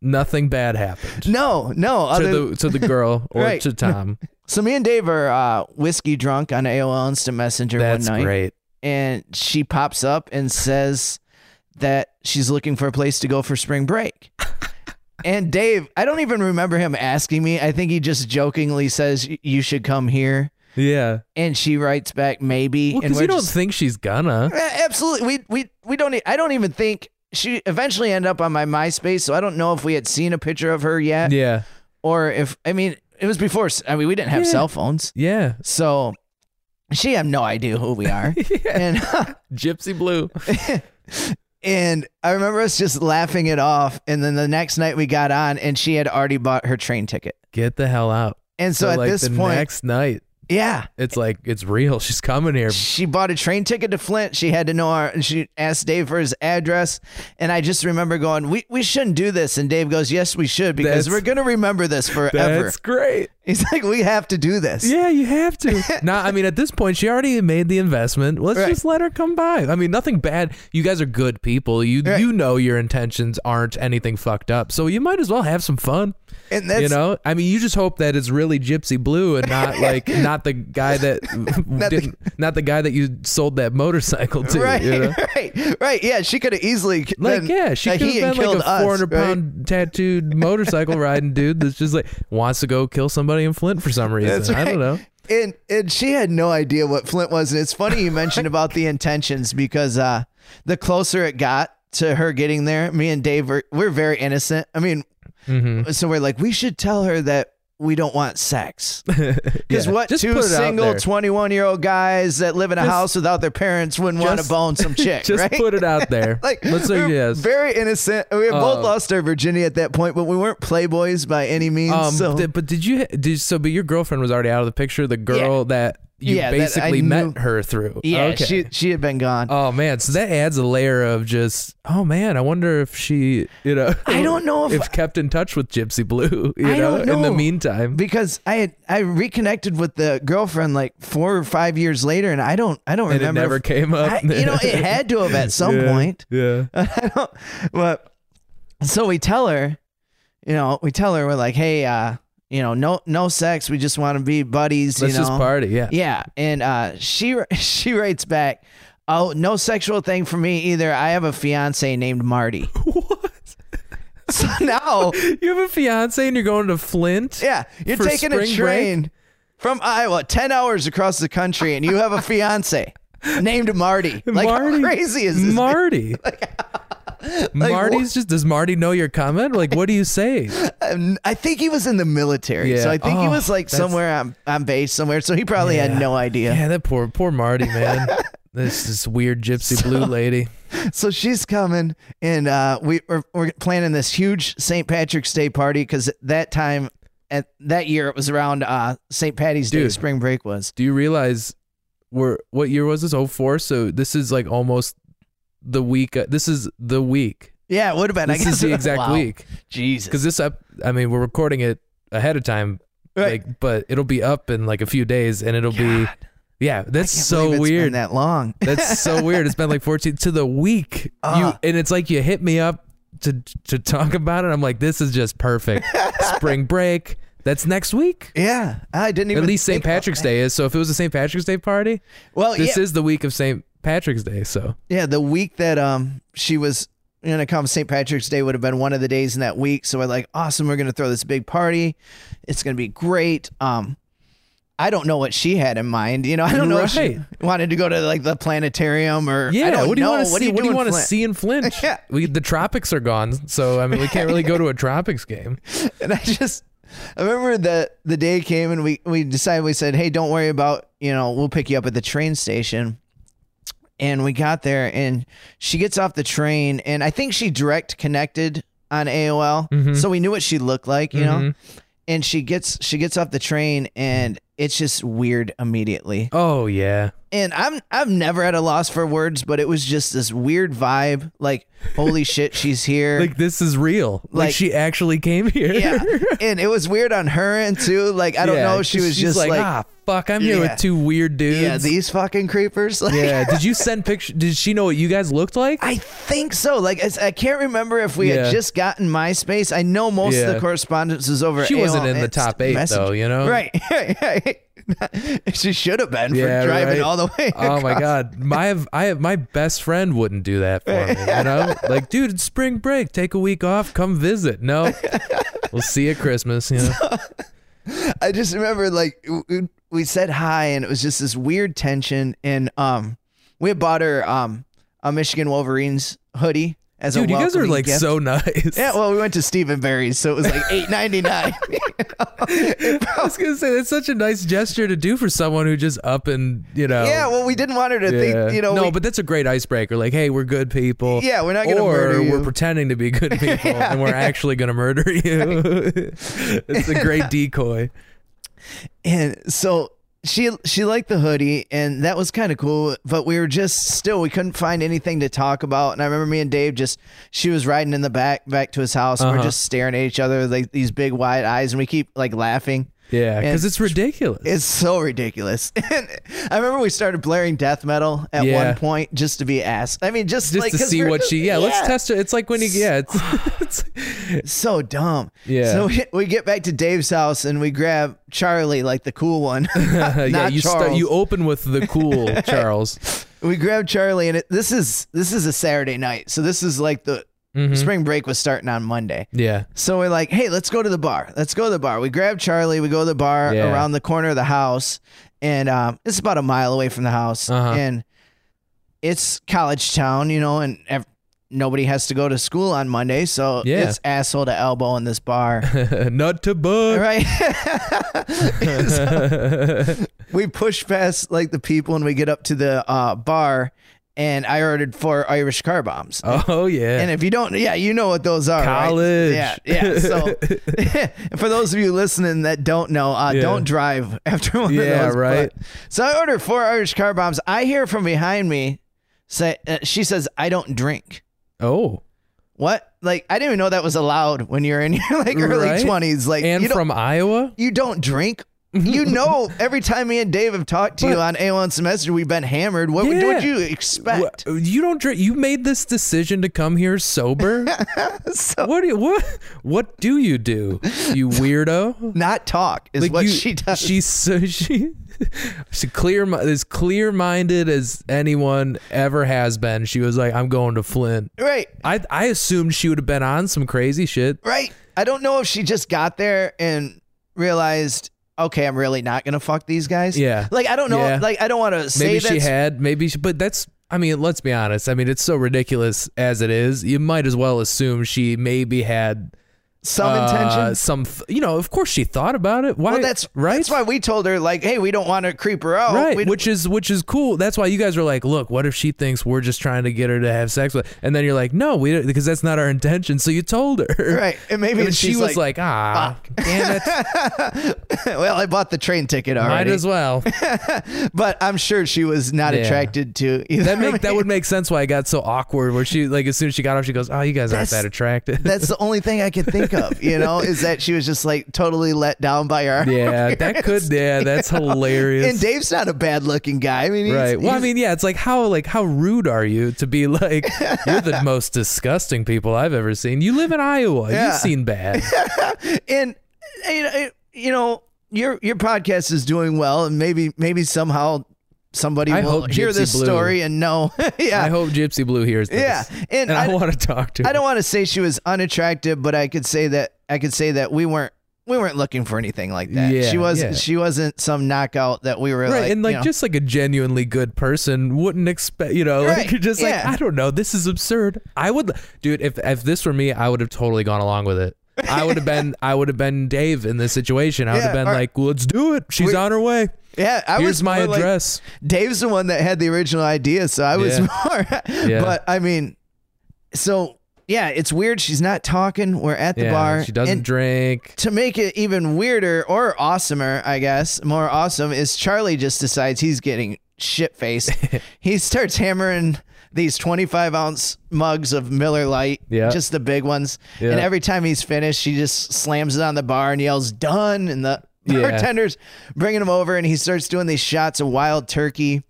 nothing bad happened No, no. to Other, the to the girl or Right. to Tom. so me and Dave are uh, whiskey drunk on AOL Instant Messenger That's one night, great. and she pops up and says that she's looking for a place to go for spring break. and Dave, I don't even remember him asking me. I think he just jokingly says, "Y- "You should come here." Yeah. And she writes back, "Maybe." and Because we're you don't just- think she's gonna. Yeah, absolutely. We we we don't. e- I don't even think she eventually ended up on my MySpace. So I don't know if we had seen a picture of her yet, Yeah. or if I mean it was before. s- I mean we didn't have Yeah. cell phones, Yeah. so she had no idea who we are. and Gypsy Blue. and I remember us just laughing it off. And then the next night we got on, and she had already bought her train ticket. Get the hell out. And so, at like this the point, next night, yeah, it's like it's real. She's coming here. she bought a train ticket to Flint. She had to know our. She asked Dave for his address, and I just remember going, "We we shouldn't do this." And Dave goes, "Yes, we should because That's- we're gonna remember this forever." That's great. He's like, "We have to do this." Yeah, you have to. no, I mean at this point she already made the investment. Let's Right. just let her come by. I mean nothing bad. You guys are good people. You Right. you know your intentions aren't anything fucked up. So you might as well have some fun. and that's you know, I mean, you just hope that it's really Gypsy Blue and not like not the guy that the- didn't, not the guy that you sold that motorcycle to. right, You know? right, right. Yeah, she could have easily Like been yeah, she a could he have and been like killed a four us, hundred right? pound tattooed motorcycle riding dude that's just like wants to go kill somebody in Flint for some reason. That's I don't know. right. And and she had no idea what Flint was. And it's funny you mentioned about the intentions because uh, the closer it got to her getting there, me and Dave were we're very innocent. I mean, Mm-hmm. so we're like, we should tell her that we don't want sex. Because Yeah, what just two put it out single there. twenty one year old guys that live in a Just- house without their parents wouldn't want to just- bone some chick, Just right? put it out there. like let's say we were yes. very innocent. We had both Um, lost our virginity at that point, but we weren't playboys by any means. um, so th- but did you did so? But your girlfriend was already out of the picture. The girl that you Yeah, that I basically knew. met her through. yeah, okay. she she had been gone. Oh man, so that adds a layer of just oh man, I wonder if she you know I don't know if- if kept in touch with Gypsy Blue, you I know, don't in the know. meantime. because I had I reconnected with the girlfriend like four or five years later, and I don't I don't And it remember. never if- came up. I- you know, it had to have at some Yeah, point. Yeah. I don't, but so we tell her, you know, we tell her we're like, hey, uh, you know, no no sex. We just want to be buddies. Let's you know, just party, yeah. yeah. And uh, she she writes back, oh, no sexual thing for me either. I have a fiance named Marty. What? So now You have a fiance and you're going to Flint? Yeah, you're for taking a spring break? train from Iowa, ten hours across the country, and you have a fiance named Marty. Like Marty, how crazy is this? Marty? Marty's what- just does Marty know your comment? Like what do you say? Um, I think he was in the military, so Yeah. I think he Oh, was like that's- somewhere on, on base somewhere. So he probably had Yeah. no idea. Yeah, that poor poor Marty, man. this this weird gypsy blue lady. So she's coming, and uh, we we're, we're planning this huge St. Patrick's Day party because that time. At that year, it was around uh, St. Patty's Day. Dude. Spring break was. do you realize we're what year was this 04 so this is like almost the week uh, this is the week Yeah, it would have been. I this guess is the exact Wow. week Jesus. because this up i mean we're recording it ahead of time Right. like but it'll be up in like a few days and it'll be yeah that's Can't so believe it's been weird that long. that's so weird it's been like 14 to the week Ah. you and it's like you hit me up to to talk about it i'm like this is just perfect spring break that's next week Yeah, I didn't even at least st think about patrick's day is so if it was a st patrick's day party Well, this yeah, is the week of St. Patrick's Day, so yeah, the week that um she was gonna come, St. Patrick's Day would have been one of the days in that week. So we're like, awesome, we're gonna throw this big party. It's gonna be great. Um, I don't know what she had in mind. You know, I don't know if she Right. wanted to go to like the planetarium or I yeah. don't What do you know. want to see? What do you want to Flint? see in Flint? Yeah. we, the tropics are gone, so I mean we can't really go to a tropics game. and I just I remember the the day came and we we decided we said, hey, don't worry about you know we'll pick you up at the train station. And we got there, and she gets off the train, and I think she direct connected on AOL, so we knew what she looked like, you know. And she gets she gets off the train, and it's just weird immediately. Oh yeah. And I'm I've never at a loss for words, but it was just this weird vibe. Like, holy shit, she's here. Like this is real. Like, Like- she actually came here. yeah. And it was weird on her end too. Like I don't Yeah, know if she was she's just like, ah fuck, I'm here Yeah. with two weird dudes. yeah, these fucking creepers. Like, yeah. Did you send pictures? Did she know what you guys looked like? I think so. Like it's- I can't remember if we Yeah. had just gotten MySpace. I know most of Yeah. the correspondence is over. She wasn't AOL in the Instant top eight, Messenger. though, you know? Right. right. she should have been Yeah, for driving right. all the way. Oh my across. god, my have- I have my best friend wouldn't do that for me. You know, like dude, it's spring break, take a week off, come visit. No, we'll see you at Christmas. You know, I just remember like w- w- we said hi and it was just this weird tension and um we had bought her um a Michigan Wolverines hoodie as dude, a you guys are welcoming like gift. so nice. yeah, well, we went to Stephen Barry's, so it was like eight ninety nine. I was gonna say that's such a nice gesture to do for someone who just up and you know. Yeah, well, we didn't want her to think, you know, Oh. no, we- but that's a great icebreaker. Like, hey, we're good people. Yeah, we're not gonna or murder we're you. pretending to be good people, and we're actually gonna murder you. it's a great decoy. and so she she liked the hoodie and that was kind of cool but we were just still we couldn't find anything to talk about and i remember me and dave just she was riding in the back back to his house and we're Uh-huh. just staring at each other with like these big wide eyes and we keep like laughing Yeah, because And- it's ridiculous. it's so ridiculous and i remember we started blaring death metal at Yeah. one point just to be asked i mean just, just like to 'cause see we're what just- she yeah, let's test her it's like when you yeah it's, it's so dumb Yeah. so we, we get back to dave's house and we grab charlie like the cool one yeah Not you start Charles. you open with the cool charles we grabbed Charlie, and it, this is this is a Saturday night, so this is like the Mhm. spring break was starting on Monday. yeah So we're like, hey, let's go to the bar. Let's go to the bar. We grab Charlie. We go to the bar Yeah. around the corner of the house, and um, it's about a mile away from the house, Uh-huh. and it's college town, you know, and ev- nobody has to go to school on Monday, so Yeah. it's asshole to elbow in this bar, not to book right? we push past like the people and we get up to the uh, bar and i ordered four irish car bombs oh yeah and if you don't yeah you know what those are right? College. yeah yeah so for those of you listening that don't know uh, Yeah. don't drive after one Yeah, of those but- right. so i ordered four irish car bombs i hear from behind me say uh, she says i don't drink oh what like i didn't even know that was allowed when you're in your like early Right. 20s like and you don't from iowa you don't drink. You know, every time me and Dave have talked to you on A1 semester, we've been hammered. What would Yeah. would you expect? Wha- you don't drink you made this decision to come here sober So- what do you what what do you do you weirdo Not talk is what you- she does. She's so she, she clear mi- as clear minded as anyone ever has been. She was like, "I'm going to Flint." right, I I assumed she would have been on some crazy shit. right. I don't know if she just got there and realized, okay, I'm really not gonna fuck these guys. Yeah. Like I don't know. Yeah. Like I don't want to say Maybe she that. had. Maybe she. But that's. I mean, let's be honest. I mean, it's so ridiculous as it is. You might as well assume she maybe had some uh, intention. Some. th- You know, of course she thought about it. Why? Well, that's right. That's why we told her like, hey, we don't want to creep her out. Right, We- which is which is cool. That's why you guys were like, "Look, what if she thinks we're just trying to get her to have sex with?" And then you're like, "No, we because that's not our intention." So you told her, Right, and maybe And she she's was like, like, "Ah, damn it, well, I bought the train ticket already, might as well." but I'm sure she was not Yeah. attracted to either. That of make that would make sense why it got so awkward. Where she like as soon as she got off, she goes, "Oh, you guys aren't That's- that attractive." That's the only thing I could think of, you know, is that she was just like totally let down by her. yeah, that could. Yeah, that's And hilarious. Dave's not a bad looking guy. I mean, he's, Right. Well, I he's- mean, yeah, it's like how like how rude are you to be like you're the most disgusting people I've ever seen. You live in Iowa. Yeah. You've seen bad. and you know, you know, your your podcast is doing well, and maybe maybe somehow somebody I will hope hear Gypsy this Blue- story and know. yeah, I hope Gypsy Blue hears this. yeah. And, and I, I, want to talk to. I her. don't want to say she was unattractive, but I could say that I could say that we weren't we weren't looking for anything like that. Yeah, she was yeah. not she wasn't some knockout that we were Right, like, and like you know, just like a genuinely good person wouldn't expect, you know, Right, like you're just yeah. like I don't know, this is absurd. I would, dude, if if this were me, I would have totally gone along with it. I would have been, I would have been Dave in this situation. I would have Yeah, been or- like, let's do it. She's We- on her way. yeah. I Here's was my more like- address. Dave's the one that had the original idea, so I was Yeah. more. But I mean, so yeah, it's weird. She's not talking. We're at the yeah, bar. She doesn't and drink. to make it even weirder or awesomer, I guess, more awesome is Charlie just decides he's getting shit faced. he starts hammering these 25 ounce mugs of Miller Lite, Yeah. just the big ones. Yeah. And every time he's finished, she just slams it on the bar and yells, done. And the Yeah. bartender's bringing him over and he starts doing these shots of wild turkey.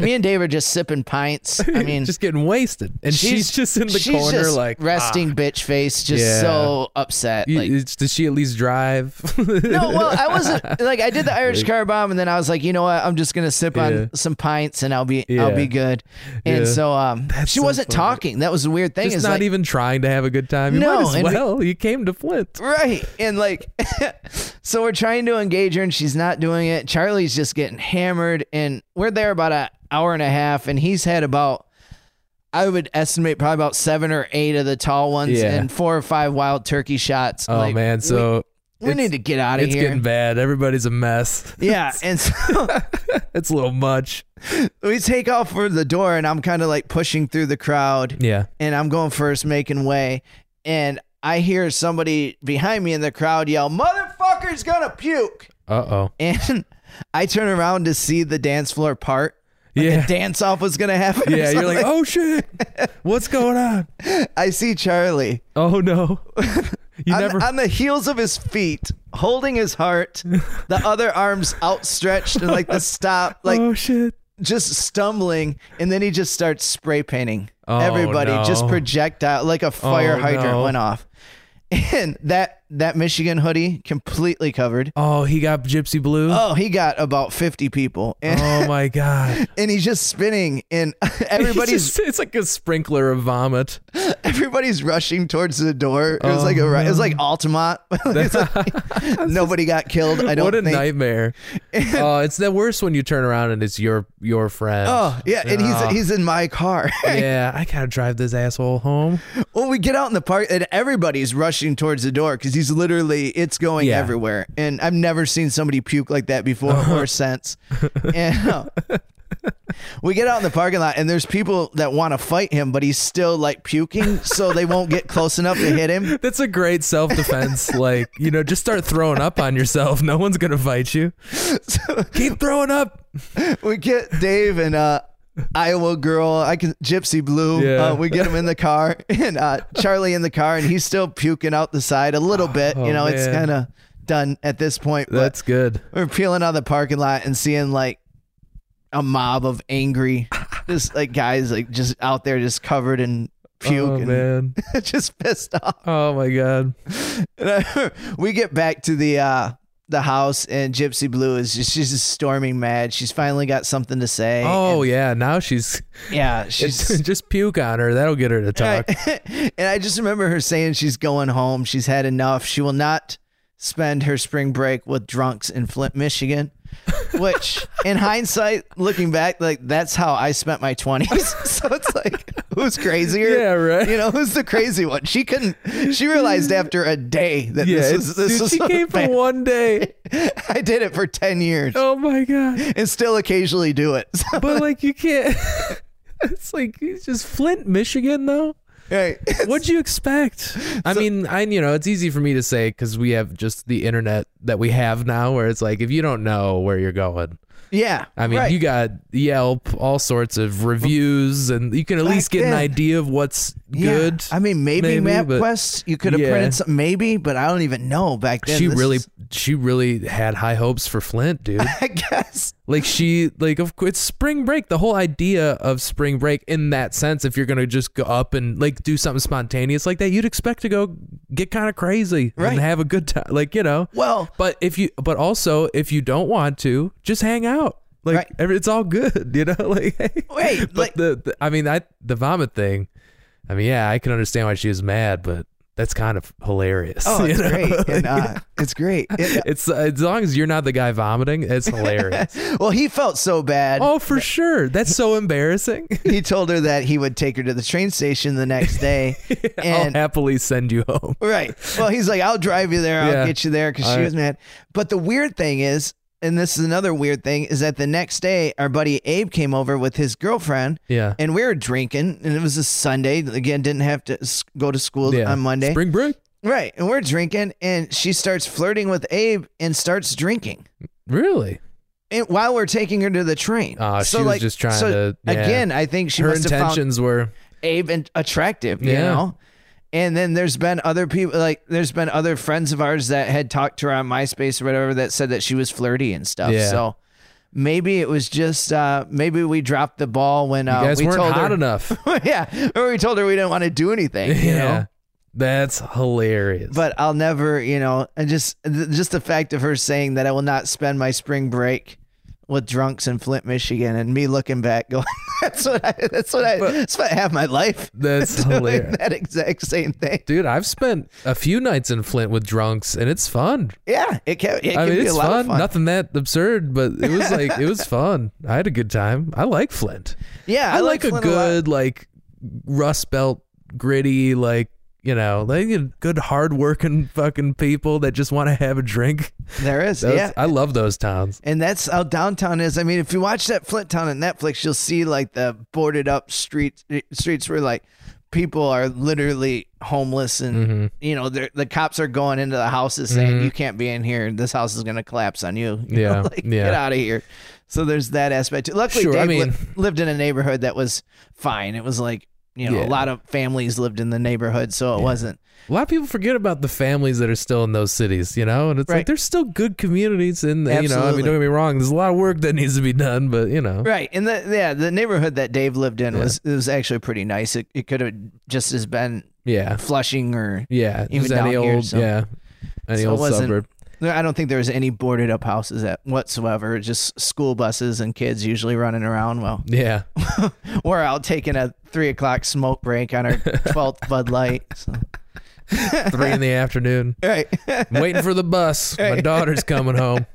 Me and Dave are just sipping pints. I mean, just getting wasted, and she's, just in the she's corner, just like "Ah." resting bitch face, just Yeah. so upset. "Ah, you- Like, it's- does she at least drive? no, well, I wasn't like I did the Irish Like- car bomb, and then I was like, you know what? I'm just gonna sip Yeah. on some pints, and I'll be Yeah. I'll be good. And Yeah. so, um, she so wasn't funny. talking. That was the weird thing. Just is not like, even trying to have a good time. You No, might as and we- well. you came to Flint. Right. And like, so we're trying to engage her and she's not doing it. Charlie's just getting hammered. And we're there about an hour and a half. And he's had about, I would estimate probably about seven or eight of the tall ones Yeah. and four or five wild turkey shots. Oh Like, man, so we, we it's- need to get out of it's here. getting bad. Everybody's a mess. yeah. And so it's a little much. we take off for the door and I'm kind of like pushing through the crowd. Yeah. and I'm going first, making way, and I hear somebody behind me in the crowd yell, "Motherfucker's gonna puke!" Uh oh. And I turn around to see the dance floor part. Yeah. The dance off was gonna happen. or Yeah. You're like, something. oh shit, what's going on? I see Charlie Oh no. You on, never. on the heels of his feet, holding his heart, the other arms outstretched and like the stop, like oh shit. just stumbling, and then he just starts spray painting Oh, everybody, just no. projectile like a fire Oh, hydrant no. went off, and that that Michigan hoodie completely covered. Oh, he got gypsy blue. Oh, he got about fifty people, and, oh my god. and he's just spinning, and It's, everybody's just- it's like a sprinkler of vomit. everybody's rushing towards the door. It was Oh, like a ri- it was no. like Altamont. It's like, nobody got killed. I don't What a think. nightmare. Oh, it's the worst when you turn around and it's your your friend. Oh yeah, and Oh. he's he's in my car. Yeah, I gotta drive this asshole home. Well, we get out in the park and everybody's rushing towards the door because he's literally it's going Yeah. everywhere, and I've never seen somebody puke like that before Uh-huh. or since. And uh, we get out in the parking lot and there's people that want to fight him, but he's still like puking, so they won't get close enough to hit him. That's a great self defense. like, you know, just start throwing up on yourself. No one's gonna fight you. Keep throwing up. We get Dave and uh, Iowa girl, I can Gypsy Blue. Yeah. Uh, we get him in the car and uh, Charlie in the car, and he's still puking out the side a little bit. Oh, you know, it's man. kind of done at this point. but- That's good. we're peeling out of the parking lot and seeing like a mob of angry just like guys like just out there just covered in puke oh and man. just pissed off Oh my god. and I, we get back to the uh the house and gypsy blue is just she's just storming mad she's finally got something to say Oh and- yeah. Now she's yeah she's just puke on her. That'll get her to talk. and I just remember her saying she's going home. She's had enough. She will not spend her spring break with drunks in Flint, Michigan. Which, in hindsight, looking back, like that's how I spent my twenties. so it's like, who's crazier? Yeah, right. You know, who's the crazy one? She couldn't. She realized after a day that Yeah, this it's- was this dude, was she came for bad. one day. I did it for ten years Oh my god! and still occasionally do it. So, But like you can't. It's like it's just Flint, Michigan, though. right. What'd you expect? I mean, I you know it's easy for me to say because we have just the internet that we have now, where it's like if you don't know where you're going, Yeah. I mean, right. you got Yelp, all sorts of reviews, and you can at Back least get an then- idea of what's Yeah, good. I mean, maybe, maybe, but- MapQuest. You could have Yeah. printed some, maybe, but I don't even know back then. she This really, is- she really had high hopes for Flint, dude. I guess. Like she like of course it's spring break. The whole idea of spring break in that sense, if you're gonna just go up and like do something spontaneous like that, you'd expect to go get kind of crazy Right. and have a good time. Like you know. Well, But if you but also if you don't want to, just hang out. Like Right. every, it's all good, you know. Like hey. Wait, but like- the, the I mean I the vomit thing. I mean yeah, I can understand why she was mad, but that's kind of hilarious. oh, you it's know? great. And, uh, it's great. It- It's uh, as long as you're not the guy vomiting, it's hilarious. well, he felt so bad. Oh, for sure. That's so embarrassing. He told her that he would take her to the train station the next day. I'll and happily send you home. right. Well, he's like, I'll drive you there. I'll Oh. Yeah. get you there because she I- was mad. But the weird thing is, and this is another weird thing is that the next day our buddy Abe came over with his girlfriend Yeah. and we were drinking and it was a Sunday again didn't have to s- go to school yeah. on Monday Spring break. right and we're drinking and she starts flirting with Abe and starts drinking Really? and while we're taking her to the train Ah, she was just trying to- yeah. again I think she Her must have found intentions were Abe and attractive, you Yeah. know. And then there's been other people like there's been other friends of ours that had talked to her on MySpace or whatever that said that she was flirty and stuff. Yeah. So maybe it was just uh maybe we dropped the ball when uh, you guys we weren't told hot her enough. yeah or we told her we didn't want to do anything. You yeah. know? That's hilarious. But I'll never, you know, and just th- just the fact of her saying that I will not spend my spring break with drunks in Flint, Michigan, and me looking back going, that's what I, that's what I, But- that's what I have my life that's doing hilarious. that exact same thing. Dude, I've spent a few nights in Flint with drunks and it's fun. Yeah, it can, it can I mean, be it's a lot fun. of fun. Nothing that absurd, but it was like it was fun. I had a good time. I like Flint. Yeah, I, like, a Flint lot. good like Rust Belt gritty like you know like good hard working fucking people that just want to have a drink. There is, Those- yeah. I love those towns. And that's how downtown is. I mean, if you watch that Flint Town on Netflix, you'll see like the boarded up streets streets where like people are literally homeless and Mm-hmm. you know they're- the cops are going into the houses saying you can't be in here. This house is going to collapse on you. You Yeah, know, like, yeah. get out of here. So there's that aspect. Too. Luckily, Sure, I Dave li- mean- lived in a neighborhood that was fine. It was like you know Yeah. a lot of families lived in the neighborhood, so it wasn't A lot of people forget about the families that are still in those cities, you know, and it's like Right. there's still good communities in. The, you know, I mean, Absolutely. don't get me wrong. There's a lot of work that needs to be done, but you know, Right, and the yeah, the neighborhood that Dave lived in was it was actually pretty nice. It, it could have just as been yeah, Flushing or yeah, Even just any down here, old, so- yeah, any so it old wasn't- suburb. I don't think there was any boarded up houses at whatsoever. Just school buses and kids usually running around. Well, Yeah, we're out taking a three o'clock smoke break on our twelfth Bud Light. So. three in the afternoon. Right, I'm waiting for the bus. My daughter's coming home.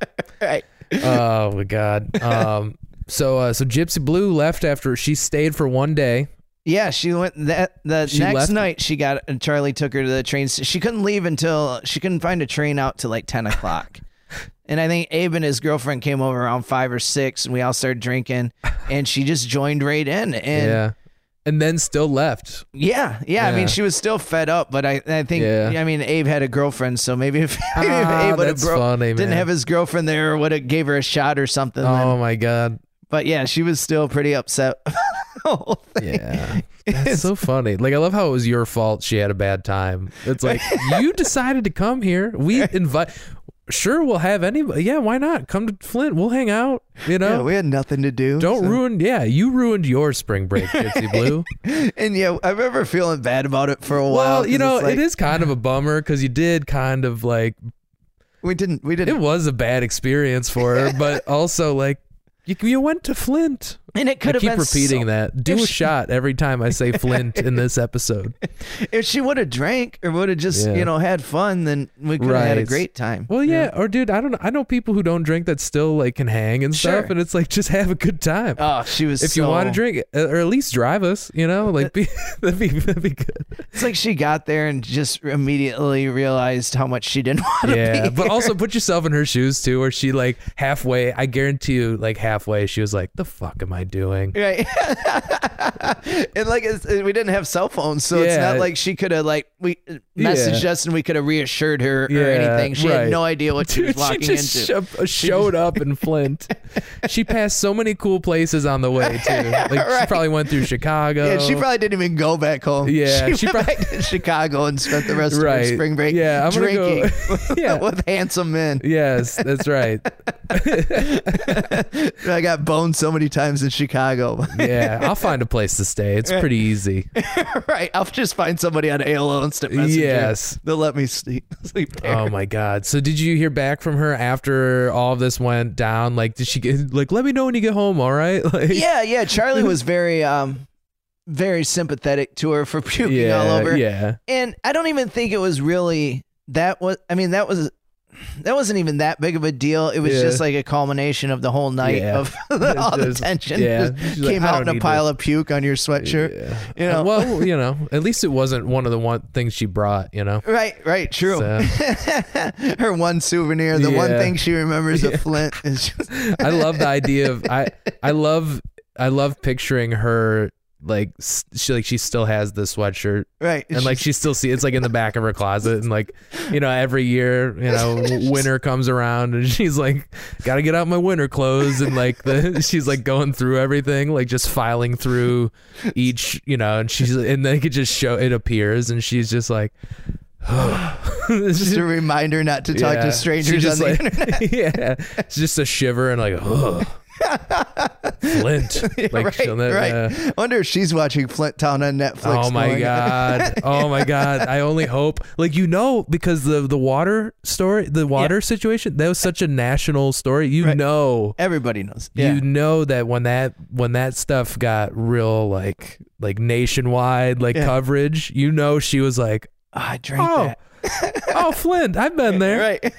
right. Oh my god. Um. So uh. So Gypsy Blue left after she stayed for one day. Yeah, she went that the She next left- night. She got and Charlie took her to the train. st- She couldn't leave until she couldn't find a train out till like ten o'clock. and I think Abe and his girlfriend came over around five or six, and we all started drinking. And she just joined right in. And yeah, yeah. And then still left. yeah, I Yeah. mean, she was still fed up, but I, I think Yeah. I mean Abe had a girlfriend, so maybe if, maybe if Ah, Abe would have that's funny, didn't man. have his girlfriend there, would have gave her a shot or something. then. Oh my god. But yeah, she was still pretty upset. about the whole thing. Yeah. That's so funny. Like I love how it was your fault she had a bad time. It's like you decided to come here. We invite Sure, we'll have anybody. Yeah, why not? Come to Flint. We'll hang out. You Yeah, know, we had nothing to do. don't so- ruin. Yeah, you ruined your spring break, Gypsy Blue. And yeah, I remember feeling bad about it for a while. Well, you 'cause know, it's like, it is kind of a bummer because you did kind of like We didn't. We it didn't. was a bad experience for her, but also like you, you went to Flint. and it I could have keep been repeating that. Do if a she- shot every time I say Flint in this episode. that. If she would have drank or would have just Yeah. you know had fun, then we could have had a Right. great time. Well, yeah, or dude, I don't know. I know people who don't drink that still like can hang and Sure. stuff, and it's like just have a good time. Oh, she was. if you so- want to drink, uh, or at least drive us, you know, like be that'd be that'd be good. it's like she got there and just immediately realized how much she didn't want to Yeah, be. but also put yourself in her shoes too, where she like halfway. I guarantee you, like halfway, she was like, "The fuck am I doing?" Right, and like it's, uh, we didn't have cell phones, so it's Yeah. not like she could have like we uh, messaged Yeah. us and we could have reassured her Yeah, or anything. She right. had no idea what she Dude, was she walking just into. sho- uh, showed up in Flint. she passed so many cool places on the way too. Like she Right. probably went through Chicago. Yeah, she probably didn't even go back home. Yeah, she, she prob- went back to Chicago and spent the rest of her Right. spring break Yeah, I'm gonna go- drinking Yeah. with handsome men. Yes, that's right. I got boned so many times in Chicago. Yeah, I'll find a place to stay. It's pretty easy. right, I'll just find somebody on AOL Instant Messenger. Yes. they'll let me sleep sleep there. Oh my god. So did you hear back from her after all of this went down? Like did she get like let me know when you get home, all right? Like yeah, yeah. Charlie was very um very sympathetic to her for puking all over. Yeah. And I don't even think it was really that was I mean that was that wasn't even that big of a deal. It was Yeah. just like a culmination of the whole night Yeah. of all the Just- tension. yeah. Just She's like, came "I out don't in a need pile of puke on your sweatshirt. Yeah. Uh, You know, Well, you know, at least it wasn't one of the one things she brought. You know. right, right, true. So, Her one souvenir, the one Yeah. thing she remembers of Flint is just I love the idea of I. I love. I love picturing her like s- she like she still has the sweatshirt right. and like she still see it's like in the back of her closet and like you know every year you know winter comes around and she's like gotta get out my winter clothes and like the she's like going through everything like just filing through each you know and she's and they could just show it appears and she's just like It's just a reminder not to talk to strangers on she's the just internet. like, Yeah, it's just a shiver and like, ugh. Flint. Like, right, she'll ne- right. uh, Wonder if she's watching Flint Town on Netflix. Oh my going, god. Oh my god. I only hope like you know because the the water story, the water situation, that was such a national story. You Right. know. Everybody knows. Yeah. You know that when that when that stuff got real like like nationwide like Yeah. coverage, you know she was like, Oh, I drank "Oh. that. oh, Flint, I've been there." Right.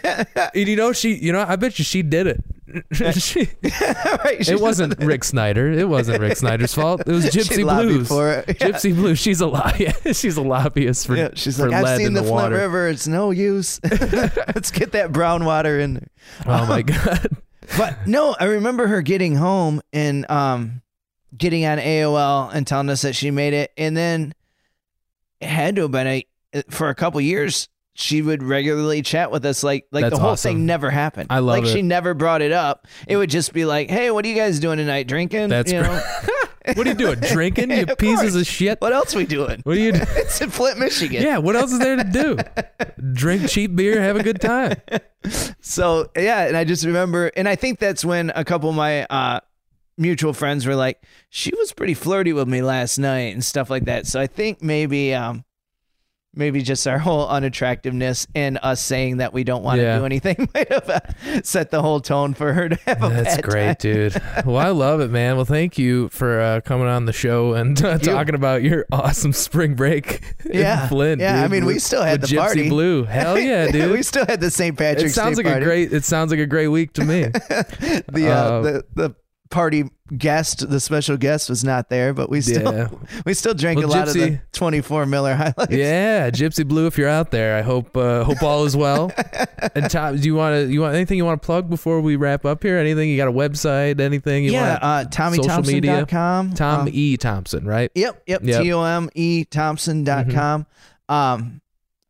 And you know she, you know, I bet you she did it. she, right. she's- it wasn't Rick Snyder. It wasn't Rick Snyder's fault. It was Gypsy she lobbied Blues. For it. Yeah. Gypsy Blues. She's a lobby. she's a lobbyist for. Yeah, she's for like, I've lead seen in the, the, Flint water. River. It's no use. Let's get that brown water in there. Oh my god. But no, I remember her getting home and um, getting on AOL and telling us that she made it. And then it had to have been a, for a couple years. She would regularly chat with us, like like That's the whole awesome. thing never happened. I love like she it. never brought it up. It would just be like, "Hey, what are you guys doing tonight? Drinking? That's you great. know, What are you doing? Drinking? You Of pieces of course. shit. what else we doing? What are you? do- it's in Flint, Michigan. Yeah. What else is there to do? Drink cheap beer. Have a good time. So yeah, and I just remember, and I think that's when a couple of my uh, mutual friends were like, "She was pretty flirty with me last night" and stuff like that. So I think maybe, um, maybe just our whole unattractiveness and us saying that we don't want to Yeah. do anything might have uh, set the whole tone for her to have a That's bad time. great, dude. Well, I love it, man. Well, thank you for uh, coming on the show and uh, talking about your awesome spring break. Yeah. in Flynn. Yeah, I dude, mean, we with- still had with the Gypsy party. Blue. Hell Oh, yeah, dude. we still had the St. It Patrick's sounds Day like a party. great. It sounds like a great week to me. the uh, uh, the the party guest, the special guest was not there, but we still Yeah. we still drank Well, a lot of the Gypsy- 24 Miller highlights. yeah, Gypsy Blue, if you're out there, I hope uh, hope all is well. and Tom, do you want to you want anything you want to plug before we wrap up here? Anything you got a website? Anything you yeah, want? uh, social media? TommyThompson.com. Tom Um, E Thompson, right? yep, yep. Yep. Mm-hmm. T O M E Thompson.com. Um,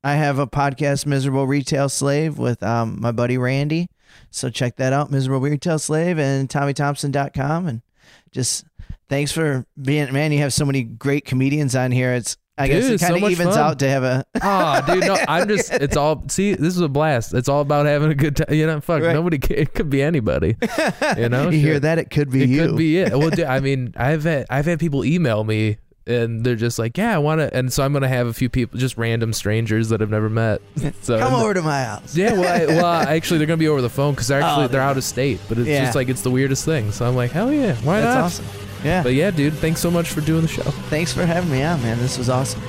I have a podcast, Miserable Retail Slave, with um, my buddy Randy. So check that out, Miserable Retail Slave and TommyThompson.com. And just thanks for being, man, you have so many great comedians on here. It's, I guess Dude, it it's so kind of much evens fun. out to have a, Oh, dude, no, I'm just. It's all. See, this is a blast. It's all about having a good time. You know, fuck, Right. nobody. ca- It could be anybody. You know, you hear Oh, Shit. that? It could be it you. could be it. Well, dude, I mean, I've had I've had people email me and they're just like, yeah, I want to, and so I'm gonna have a few people, just random strangers that I've never met. So Come over to my house. Yeah, well, I, well, I- actually, they're gonna be over the phone because actually Oh, they're out of state, but it's Yeah. just like it's the weirdest thing. So I'm like, hell yeah, why That's not? awesome. Yeah. But yeah, dude, thanks so much for doing the show. Thanks for having me on, man. This was awesome.